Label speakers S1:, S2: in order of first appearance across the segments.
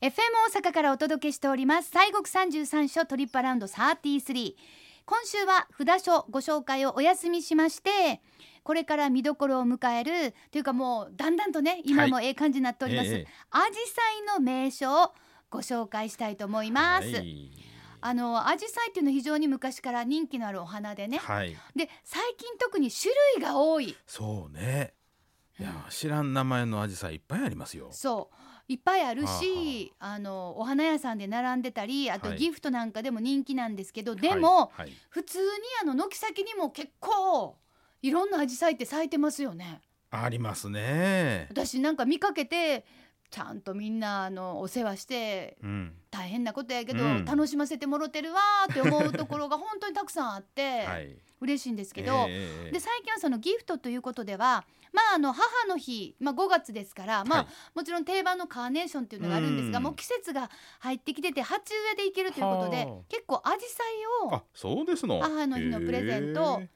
S1: FM 大阪からお届けしております西国三十三所トリップアラウンド33今週は札所ご紹介をお休みしましてこれから見どころを迎えるというかもうだんだんとね今もええ感じになっております、
S2: ええ
S1: アジサイの名所をご紹介したいと思います、
S2: はい
S1: あのアジサイっていうのは非常に昔から人気のあるお花でね、
S2: はい、
S1: で最近特に種類が多い
S2: そうね。いや、知らん名前のアジサイいっぱいありますよ。
S1: そういっぱいある
S2: は
S1: しあのお花屋さんで並んでたりあと
S2: はい
S1: ギフトなんかでも人気なんですけど、でも、
S2: はい、はい
S1: 普通にあの軒先にも結構いろんな紫陽花って咲いてますよね
S2: ありますね。
S1: 私なんか見かけてちゃんとみんなあのお世話して
S2: うん、
S1: 大変なことやけど、
S2: うん
S1: 楽しませてもろてるわーって思うところが 本当にたくさんあって、
S2: はい。
S1: 嬉しいんですけど、
S2: ええ
S1: で最近はそのギフトということでは、まあ、あの母の日、まあ、5月ですから、まあ
S2: はい
S1: もちろん定番のカーネーションっていうのがあるんですが、
S2: うん
S1: もう季節が入ってきてて鉢植えでいけるということで
S2: はあ
S1: 結構アジサイを
S2: あ、そうですの。
S1: 母の日のプレゼント
S2: へえ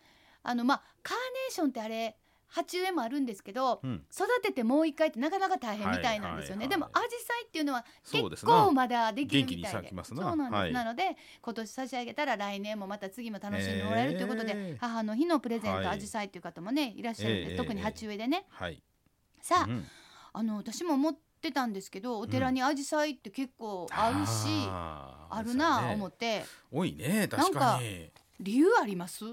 S1: あのまあカーネーションってあれ鉢植えもあるんですけど
S2: うん、
S1: 育ててもう一回ってなかなか大変みたいなんですよね、
S2: はいはいはい
S1: でもアジサイっていうのは
S2: そうで
S1: 結
S2: すな
S1: 構まだできるみたい
S2: 元気に
S1: で
S2: 咲きますな
S1: そうなんです、
S2: はい
S1: なので今年差し上げたら来年もまた次も楽しんでもらえるということで、
S2: ええ
S1: 母の日のプレゼン
S2: はい
S1: トアジサイという方もねいらっしゃるんで、
S2: ええ
S1: 特に鉢植えでね、
S2: はい。
S1: さあ,、
S2: うん
S1: あの私も思ってたんですけどお寺にアジサイって結構合うし、
S2: あー
S1: あるな
S2: そう
S1: あ
S2: ね
S1: 思って、
S2: 多いね、確
S1: な
S2: か
S1: んか
S2: に。
S1: 理由あります、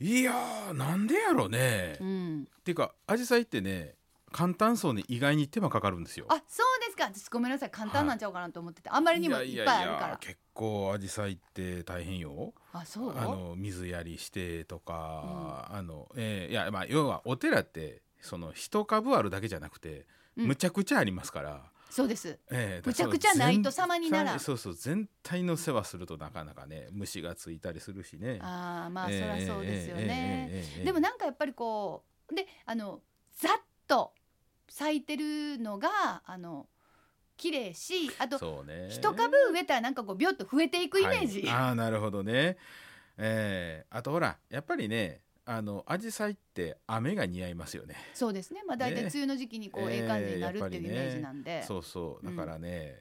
S2: いやー、なんでやろうね。
S1: うん、
S2: っていうか、アジサイってね、簡単そうに意外に手間かかるんですよ。
S1: あそうですか私ごめんなさい簡単なんちゃうかなと思ってて、あんまりにもいっぱいあるから
S2: 結構アジサイって大変よ。
S1: あそう
S2: あの水やりしてとか、あのえーいやまあ要はお寺ってその一株あるだけじゃなくて、
S1: うん
S2: むちゃくちゃありますから。
S1: そうです
S2: ええ
S1: むちゃくちゃないと
S2: だから
S1: 様にならん
S2: 全体そうそう全体の世話するとなかなかね虫がついたりするしね。
S1: ああまあそ
S2: え
S1: り
S2: え
S1: ゃそうですよね、。
S2: ええええええ
S1: でもなんかやっぱりこうであのざっと咲いてるのがあの綺麗しあと
S2: そうね
S1: 一株植えたらなんかこうビョッと増えていくイメージ、
S2: はい、ああなるほどね。ええあとほらやっぱりねあの紫陽花って雨が似合いますよね。
S1: そうですねまあ大体
S2: ね
S1: 梅雨の時期にこう、
S2: ええ
S1: ええ感じになるっていうイ
S2: やっぱりね
S1: メージなんで、
S2: そうそう
S1: う
S2: だ
S1: ん
S2: からね、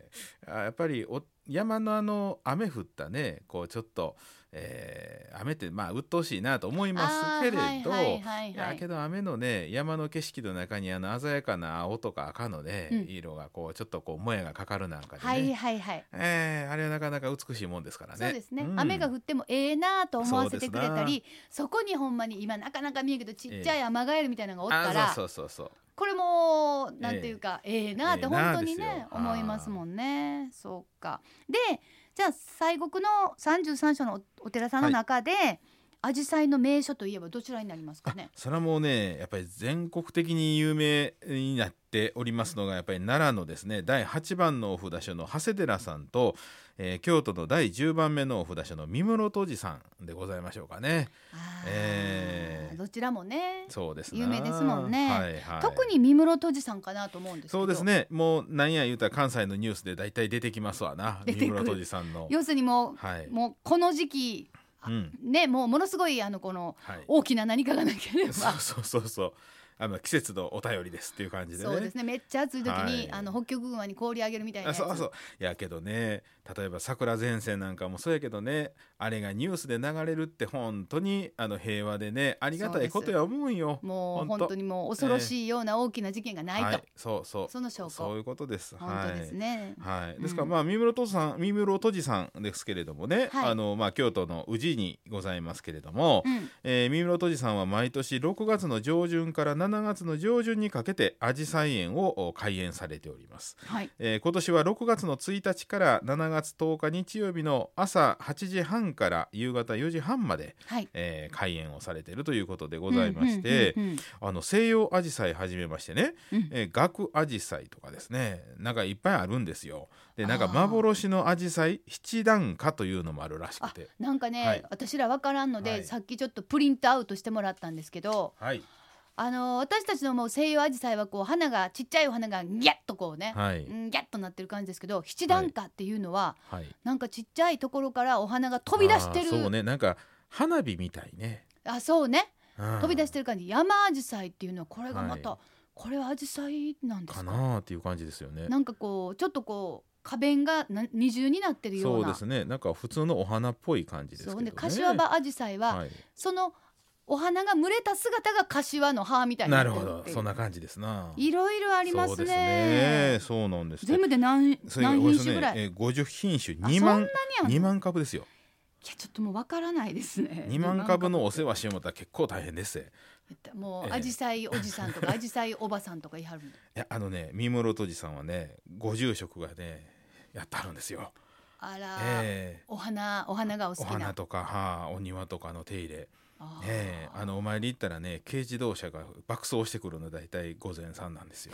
S2: あやっぱりお山のあの雨降ったねこうちょっと、えー雨ってまあ鬱陶しいなと思います
S1: あー
S2: けれど、
S1: はいいはいはいは
S2: や
S1: い
S2: けど雨のね山の景色の中にあの鮮やかな青とか赤のね、
S1: うん
S2: 色がこうちょっとこうもやがかかるなんかでね、
S1: はいはいはい
S2: えーあれはなかなか美しいもんですからね。
S1: そうですね、
S2: ん
S1: 雨が降ってもええなあと思わせてくれた
S2: そう
S1: りそこにほんまに今なかなか見えんけどちっちゃいアマガエルみたいなのがおったら、
S2: あそうそうそうそう
S1: これもなんていうか、ええなあって
S2: ええな
S1: 本
S2: あ
S1: 当にね
S2: ですよ
S1: 思いますもんねそうかでじゃあ西国の33所のおお寺さんの中で、紫陽花の名所といえばどちらになりますかね
S2: それはもうねやっぱり全国的に有名になっておりますのがやっぱり奈良のですね第8番のお札所の長谷寺さんと、えー京都の第10番目のお札所の三室戸寺さんでございましょうかね。
S1: あー
S2: ええ
S1: どちらもね
S2: そうですな
S1: 有名ですもんね
S2: はいはい、
S1: 特に三室戸寺さんかなと思うんですけど
S2: そうですねもうなんや言うたら関西のニュースで大体出てきますわな
S1: 出
S2: 三
S1: てくる
S2: 室戸寺さんの。
S1: 要するにもう、
S2: はい、
S1: もうこの時期
S2: うん
S1: ねもうものすごいあのこの
S2: はい、
S1: 大きな何かがなければ
S2: そう そうそうそうあの季節のお便りですっていう感じでね。
S1: そうですねめっちゃ暑い時に、
S2: はい
S1: あの北極群馬に氷あげるみたいな
S2: あ
S1: やつ
S2: そうそういやけどね例えば桜前線なんかもそうやけどねあれがニュースで流れるって本当にあの平和でねありがたいことや思うんよ。
S1: もう
S2: 本当
S1: 本当にもう恐ろしいような大きな事件がないと、
S2: はい、そうそう
S1: その証拠
S2: そういうことです。
S1: 本当ですね、
S2: はい、は
S1: う
S2: い、
S1: ん
S2: ですから、まあ、三室戸さん、三室戸寺さんですけれどもね、
S1: はい
S2: あの、まあ、京都の宇治にございますけれども。
S1: うん
S2: えー、三室戸寺さんは毎年6月の上旬から7月の上旬にかけて、アジサイ園をお開園されております。
S1: はい
S2: えー今年は6月の1日から7月10日日曜日の朝8時半から夕方4時半まで、
S1: はい
S2: えー開園をされているということでございまして、
S1: うんうんうんうん
S2: あの西洋アジサイはじめましてね、
S1: うん
S2: えー、額アジサイとかですねなんかいっぱいあるんですよ。でなん
S1: あ
S2: か
S1: ー
S2: 幻のアジサイ七段花というのもあるらしく
S1: あ
S2: て。
S1: なんかね、
S2: はい
S1: 私らわからんので、
S2: はい
S1: さっきちょっとプリントアウトしてもらったんですけど
S2: はい、
S1: あの私たちのもう西洋アジサイはこう花がちっちゃいお花がギャッとこうね、
S2: はい
S1: うんギャッとなってる感じですけど七段花っていうのは、
S2: はい、
S1: なんかちっちゃいところからお花が飛び出してる
S2: あーそうねなんか花火みたいね、
S1: あそうね
S2: うん
S1: 飛び出してる感じ山アジサイっていうのはこれがま
S2: は
S1: たこれは紫陽花なんです
S2: か
S1: か
S2: なーっていう感じですよね。
S1: なんかこうちょっとこう花弁がな二重になってるよう
S2: そう
S1: な
S2: ですね。なんか普通のお花っぽい感じですけ
S1: そう
S2: どね。
S1: で柏葉アジサイは、
S2: はい。
S1: そのお花が群れた姿が柏の葉みたいにな
S2: な
S1: って
S2: る
S1: る
S2: ほ
S1: っ
S2: ど
S1: て。いう
S2: そんな感じですな。
S1: いろいろありま
S2: そう
S1: す
S2: です
S1: ね
S2: ね。そうなんです。
S1: 全部で何
S2: それが
S1: 何
S2: およ
S1: 品
S2: そ
S1: 種ぐらい、
S2: ね、え五十品種
S1: あ
S2: 二万
S1: そんなにある
S2: 二
S1: の
S2: 万株ですよ。
S1: いやちょっともうわからないですね
S2: 二万株のお世話しようと思ったら結構大変です。い
S1: も
S2: え
S1: う
S2: え
S1: アジサイおじさんと かアジサイおばさんとか言いはるの
S2: やあのね三室とじさんはねご住職がねやってあるんですよ。
S1: あら、
S2: ええ
S1: お花お花がお好
S2: お
S1: き
S2: 花
S1: な
S2: とかはあお庭とかの手入れ。
S1: あー
S2: ええあのお参り行ったらね軽自動車が爆走してくるの大体午前三な んですよ。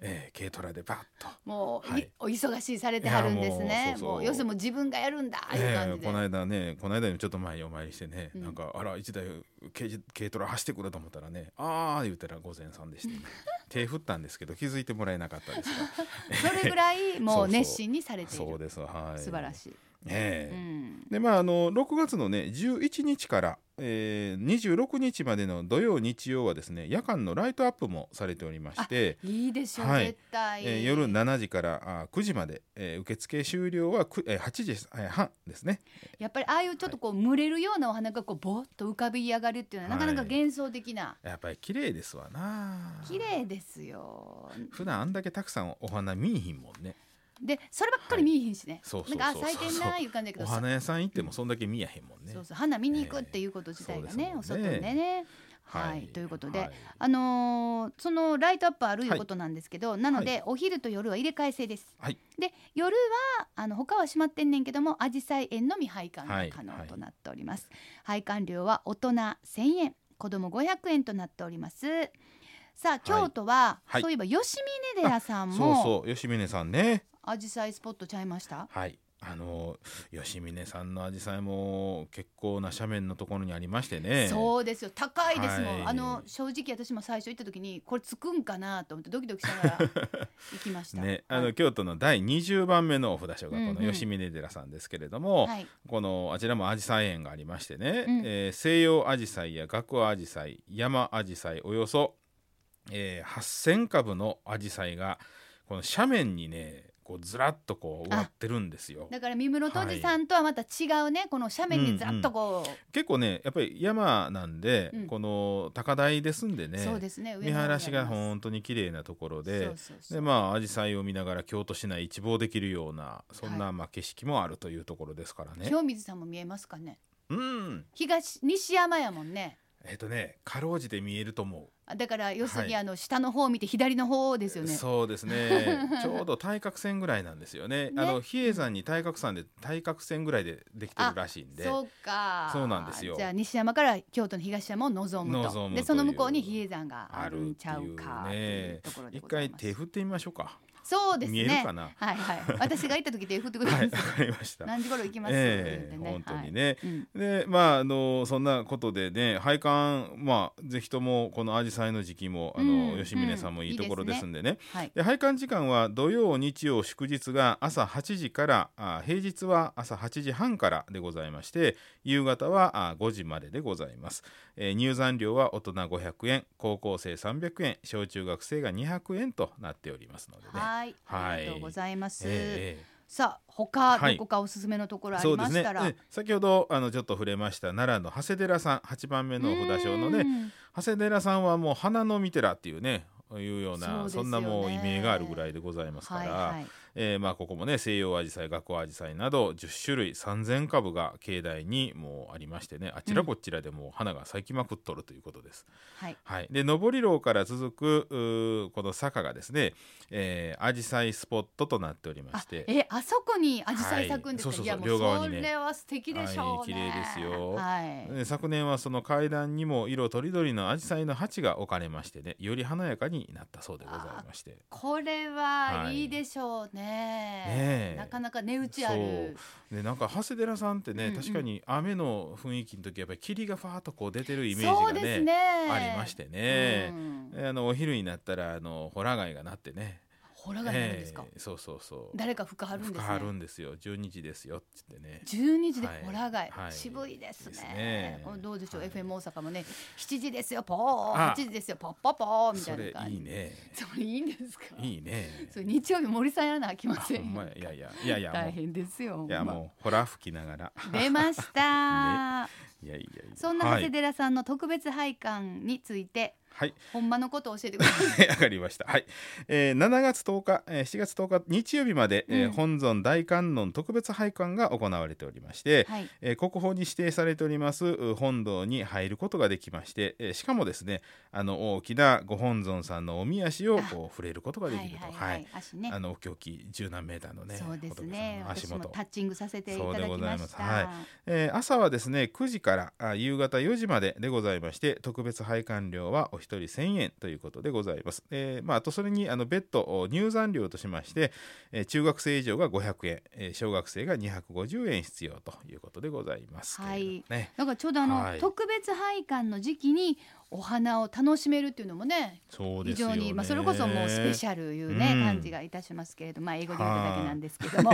S2: ええ軽トラでバッと。
S1: もう、い
S2: はい
S1: お忙しいされてはるんですね
S2: いやもうそうそう
S1: もう要するにもう自分がやるんだいう
S2: え
S1: 感
S2: え
S1: じで、
S2: この間ねこの間よりちょっと前にお参りしてね、
S1: うん
S2: なんかあら一台軽自軽トラ走ってくると思ったらねああ言ったら午前さん でして、手振ったんですけど気づいてもらえなかったですが
S1: それぐら いも
S2: そううそう
S1: 熱心にされている
S2: そうですはい
S1: 素晴ら
S2: い、
S1: しい、
S2: え
S1: う
S2: え
S1: ん、
S2: でまああの6月のね11日から、えー、26日までの土曜日曜はですね夜間のライトアップもされておりまして
S1: いいでしょう、
S2: はい
S1: 絶対、
S2: えー夜7時からあー9時まで、えー受付終了はく、えー8時えー半ですね。
S1: やっぱりああいうちょっとこう群れるようなお花がこうぼっと浮かび上がるっていうのはなかなか幻想的な、
S2: やっぱり綺麗ですわな。
S1: 綺麗ですよ
S2: 普段あんだけたくさんお花見いひんもんね
S1: でそればっかり見えへんしね、
S2: そうそうそう
S1: なんかあ咲いてん
S2: そう
S1: な
S2: そ
S1: ーいう感じだけ
S2: お
S1: ど
S2: 花屋さん行ってもそんだけ見やへんもんね
S1: そうそう花見に行くっていうこと自体がね、
S2: ええ
S1: お
S2: そう
S1: 外
S2: ですもんね
S1: でね。
S2: は
S1: はいい、ということで、
S2: はい
S1: あのーそのライトアップあるいうことなんですけど、なので、
S2: は
S1: お昼と夜は入れ替え制です。
S2: はい
S1: で夜はあの他は閉まってんねんけども紫陽花園のみ拝観が可能
S2: はい
S1: となっております。拝観料は大人1000円子供500円となっております。さあ京都は、
S2: はい
S1: そういえば吉峰寺さん
S2: そう
S1: も
S2: そう吉峰さんね
S1: 紫陽花スポットちゃいました
S2: はいあの吉峰さんの紫陽花も結構な斜面のところにありましてね
S1: そうですよ高いですもん、
S2: はい
S1: あの正直私も最初行った時にこれつくんかなと思ってドキドキしな がら行きました
S2: ね、あ
S1: は
S2: の
S1: い
S2: 京都の第20番目のお札所がこ
S1: うんう
S2: の
S1: ん
S2: 吉峰寺さんですけれども、
S1: はい
S2: このあちらも紫陽花園がありましてね、
S1: うん
S2: えー西洋紫陽花や学校紫陽花山紫陽花およそ、えー、8,000株の紫陽花がこの斜面にねこうずらっとこう植わってるんですよ。
S1: だから三室戸次さんとはまた違うね、この斜面にずらっとこう、
S2: 結構ねやっぱり山なんで、
S1: うん
S2: この高台ですんでね
S1: そうですね
S2: 見晴らしが
S1: ん
S2: 本当に綺麗なところで。
S1: そうそうそう
S2: でまあ紫陽花を見ながら京都市内一望できるようなそんな、
S1: はい
S2: まあ景色もあるというところですからね。
S1: 清水さんも見えますかね
S2: うん、
S1: 東西山やもんね
S2: えっ、とねかろうじて見えると思う。
S1: あだから要するに
S2: はい
S1: あの下の方を見て左の方ですよね、
S2: そうで すねちょうど対角線ぐらいなんですよね
S1: ね
S2: あの比叡山に対角山で対角線ぐらいでできてるらしいんで
S1: そうか
S2: そうなんですよ
S1: じゃあ西山から京都の東山を望むと
S2: 望むとい
S1: で
S2: う
S1: その向こうに比叡山があるんちゃうか
S2: あ
S1: と
S2: るっ
S1: い
S2: ていうね
S1: うところで
S2: 一
S1: ござい
S2: 回
S1: ます
S2: 手振ってみましょうか
S1: そうですね。
S2: 見える かな
S1: はい はい。私が行った時手振ってくれた
S2: は
S1: ん
S2: い
S1: で
S2: わ
S1: すよ。
S2: かりまし た
S1: 何時頃行きますって言っ
S2: え
S1: て
S2: え
S1: ね。
S2: 本当に
S1: はい。
S2: ね、
S1: うん
S2: でまああのそんなことでね配管まあぜひともこの紫陽花の時期もあの、
S1: うん
S2: 吉峰さんも
S1: うん
S2: いいところ
S1: いいで
S2: で
S1: ね
S2: すすんでね
S1: はい。
S2: で配管時間は土曜日曜祝日が朝8時からあ平日は朝8時半からでございまして夕方はあ5時まででございます、えー入山料は大人500円高校生300円小中学生が200円となっておりますのでね
S1: はい。
S2: はい
S1: ありがとうございます。
S2: えええ
S1: さあ他
S2: は
S1: ど
S2: い
S1: こかおすすめのとこ
S2: え
S1: ろあ
S2: そ
S1: り
S2: うで
S1: ますし
S2: ね
S1: たら。
S2: ええ先ほどあのちょっと触れました奈良の長谷寺さん8番目のお札所のね
S1: ね。
S2: 長谷寺さんはもう花の御寺っていうねいうよう
S1: そう
S2: な
S1: です
S2: そ
S1: よね
S2: んなもう異名があるぐらいでございますから、
S1: はいはい。
S2: えーまあここもね西洋アジサイ学校アジサイなど10種類3,000株が境内にもうありましてねあちらこちらでもう花が咲きまくっとるということです。
S1: はい。
S2: はい、で上り廊から続くうーこの坂がですねアジサイスポットとなっておりま
S1: あ
S2: し、て。
S1: え、あそこに紫陽花咲くんですか。
S2: はいそうそうそう
S1: いやもう
S2: 両側
S1: そ
S2: にね
S1: れは素敵でしょうね。
S2: はい綺麗ですよ
S1: はい。
S2: で昨年はその階段にも色とりどりのアジサイの鉢が置かれましてねより華やかになったそうでございまして
S1: これはいいでしょう
S2: ね
S1: ね
S2: え。
S1: なかなか値打ちある。
S2: でなんか長谷寺さんってね、
S1: うんうん
S2: 確かに雨の雰囲気の時やっぱり霧がファーッとこう出てるイメージ
S1: そう
S2: が
S1: で
S2: ね
S1: すね。
S2: ありましてね
S1: う、ん
S2: えーあのお昼になったらあのホラ貝が鳴ってね、
S1: ほらが出るんですか、
S2: えーそうそうそう
S1: 誰か服貼るんです
S2: 深ある
S1: ね
S2: んですよ12時ですよっつってね
S1: 12時で
S2: はい
S1: ホラ貝、
S2: はい
S1: 渋いですね
S2: ですね
S1: これどうでしょう、
S2: はい
S1: FM 大阪もね7時ですよポー
S2: あ
S1: 8時ですよポッポッポーみた
S2: そ
S1: い
S2: れ
S1: な感じ
S2: いいね
S1: それいいんですか
S2: いいね
S1: それ日曜日森さんやらなあき
S2: あ
S1: ま
S2: ほ
S1: せん
S2: んまやいやいやいやいやも
S1: 大
S2: う
S1: 変ですよ
S2: いや
S1: ほんま
S2: もうほら吹きながら
S1: 出ま した、
S2: いやいやいや
S1: そんな
S2: は
S1: 長
S2: い
S1: 谷寺さんの特別拝観について、
S2: はい
S1: ほんまのことを教えてください
S2: わかりました。はい、えー7月10日、えー7月10日日曜日まで、えー
S1: うん
S2: 本尊大観音特別拝観が行われておりまして、
S1: はい
S2: えー国宝に指定されておりますう本堂に入ることができまして、えーしかもですね、あの大きなご本尊さんのおみ足を
S1: あ
S2: こう触れることが
S1: はい
S2: で
S1: は
S2: き
S1: い
S2: ると、
S1: は
S2: はいい、
S1: 足ね
S2: あのおきおき十何メーターのね、
S1: そうです
S2: 仏
S1: ね
S2: 様の足
S1: 私も
S2: 元
S1: タ。ッチングさせていただきま
S2: そうでございま
S1: し
S2: す
S1: た
S2: はえー朝はですね9時からあ夕方4時まででございまして特別拝観料はお一人1000円ということでございます、えーまあ、あとそれにあの別途お入山料としまして、えー中学生以上が500円、えー小学生が250円必要ということでございます
S1: はい
S2: とうのね
S1: なんかちょうどあの、
S2: はい
S1: 特別拝観の時期にお花を楽しめるっていうのもね
S2: そう
S1: 非
S2: ですよ
S1: 常
S2: ね
S1: に、まあ、それこそもうスペシャルいうね、
S2: うん
S1: 感じがいたしますけれどまあ英語で言っただけなんですけど も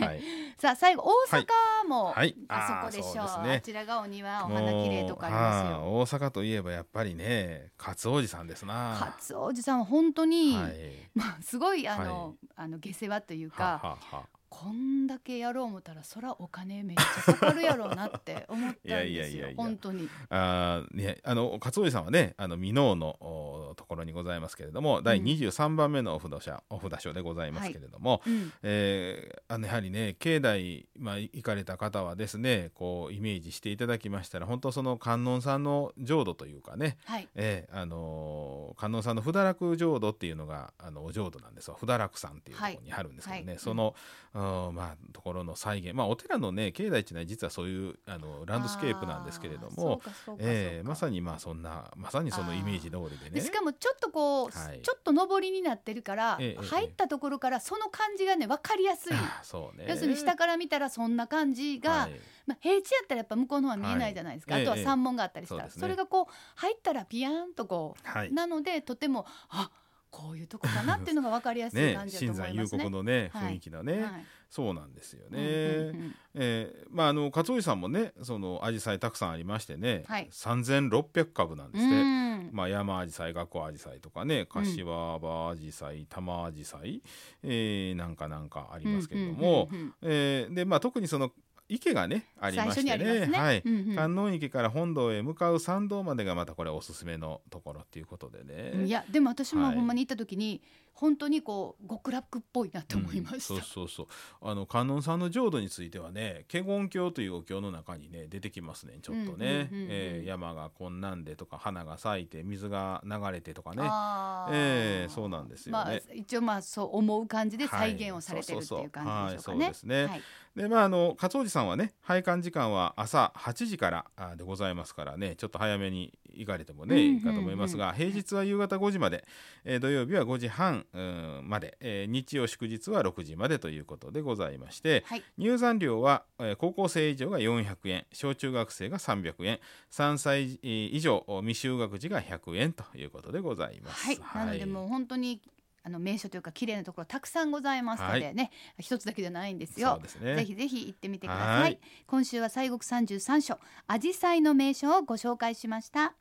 S2: はい、
S1: さあ最後大阪も、
S2: はい
S1: あそこでしょう
S2: あー
S1: あ
S2: そうですね
S1: ちらがお庭お
S2: もう
S1: 花綺麗とかありますよ。
S2: はい大阪といえばやっぱりね勝王子さんですな
S1: カツオジさんは本当に、
S2: はい
S1: まあ、すごいあの、
S2: は
S1: あの下世話というか
S2: ははは
S1: こんだけやろう思ったらそらお金めっちゃかかるやろうなって思ったんですよ
S2: いやいやいやいや
S1: 本当に
S2: あーね、あの勝尾さんはねあの箕面のおところにございますけれども第
S1: うん
S2: 23番目のお札所,、お札所でございますけれども、
S1: うん
S2: えーあのやはりね境内、まあ、行かれた方はですねこうイメージしていただきましたら本当その観音さんの浄土というかね、
S1: はい
S2: えーあのー観音さんの不堕落浄土っていうのがあのお浄土なんですよ不堕落さんっていうところにあるんですけどね、
S1: はいはい
S2: その、うんまあ、ところの再現、まあ、お寺のね境内っていうのは実はそういうあのランドスケープなんですけれども。ええまさ
S1: に
S2: にまあそんなまさにそのイメージ通りでね
S1: でしかもちょっとこう、
S2: はい
S1: ちょっと上りになってるから、
S2: ええええ
S1: 入ったところからその感じがね分かりやすい、
S2: ああそうね
S1: 要するに下から見たらそんな感じが、
S2: はい
S1: まあ、平地やったらやっぱ向こうの方は見えないじゃないですか、
S2: はい
S1: あとは
S2: ええ
S1: 山門があったりしたら、
S2: そうです
S1: そ
S2: ね
S1: れがこう入ったらピヤーンとこう、
S2: はい
S1: なのでとてもあこういうとこかなっていうのが分かりやすい
S2: ね
S1: 感じだと
S2: 新
S1: 思
S2: 山
S1: いま
S2: 幽
S1: すね。
S2: 国のね
S1: はい
S2: 雰囲気だね、
S1: はい
S2: そうなんですよね、
S1: うんうんうん
S2: ええまああの勝尾さんもねその紫陽花たくさんありましてね、
S1: はい
S2: 3600株なんですって、
S1: うん
S2: まあ、山アジサイ、学校アジサイとかね、柏葉アジサイ、玉アジサイ、えーなんかなんかありますけれども
S1: う、んうんうんうん
S2: えーで、まあ、特にその池がね、あり
S1: 最
S2: ま
S1: 初
S2: し
S1: にあ
S2: て
S1: ります
S2: ね、
S1: ね。
S2: はい、
S1: うんうん
S2: 観音池から本堂へ向かう参道までがまたこれおすすめのところっていうことで
S1: い
S2: ね。
S1: やでも私も
S2: はい
S1: ほんまに行った時に、本当にこう極楽っぽいなと思いました、
S2: うんそうそうそうあの観音さんの浄土についてはね華厳経というお経の中にね出てきますねちょっ
S1: うんうん
S2: とね、
S1: うんうん
S2: えー山がこんなんでとか花が咲いて水が流れてとかね
S1: あー
S2: ええそうなんですよね
S1: まあ、一応まあそう思う感じで
S2: は
S1: 再
S2: い
S1: 現をされてるっていう感じでしょうか
S2: そうそうそうはいそう
S1: ね
S2: で。すね
S1: はい
S2: でまああの勝おさんはね拝観時間は朝8時からあでございますからねちょっと早めに行かれてもね、
S1: うんうんうん
S2: いいかと思いますが平日は夕方5時まで、えー土曜日は5時半うんまで、えー日曜祝日は6時までということでございまして
S1: はい
S2: 入山料は、えー高校生以上が400円小中学生が300円3歳えー以上未就学児が100円ということでございます。
S1: はいなのでもう本当にあの名所というか綺麗なところたくさんございますのでね、一つだけじゃないんです
S2: そ
S1: よ
S2: う。ですね
S1: ぜひぜひ行ってみてくだ
S2: は
S1: さい
S2: い
S1: 今週は西国三十三所紫陽花の名所をご紹介しました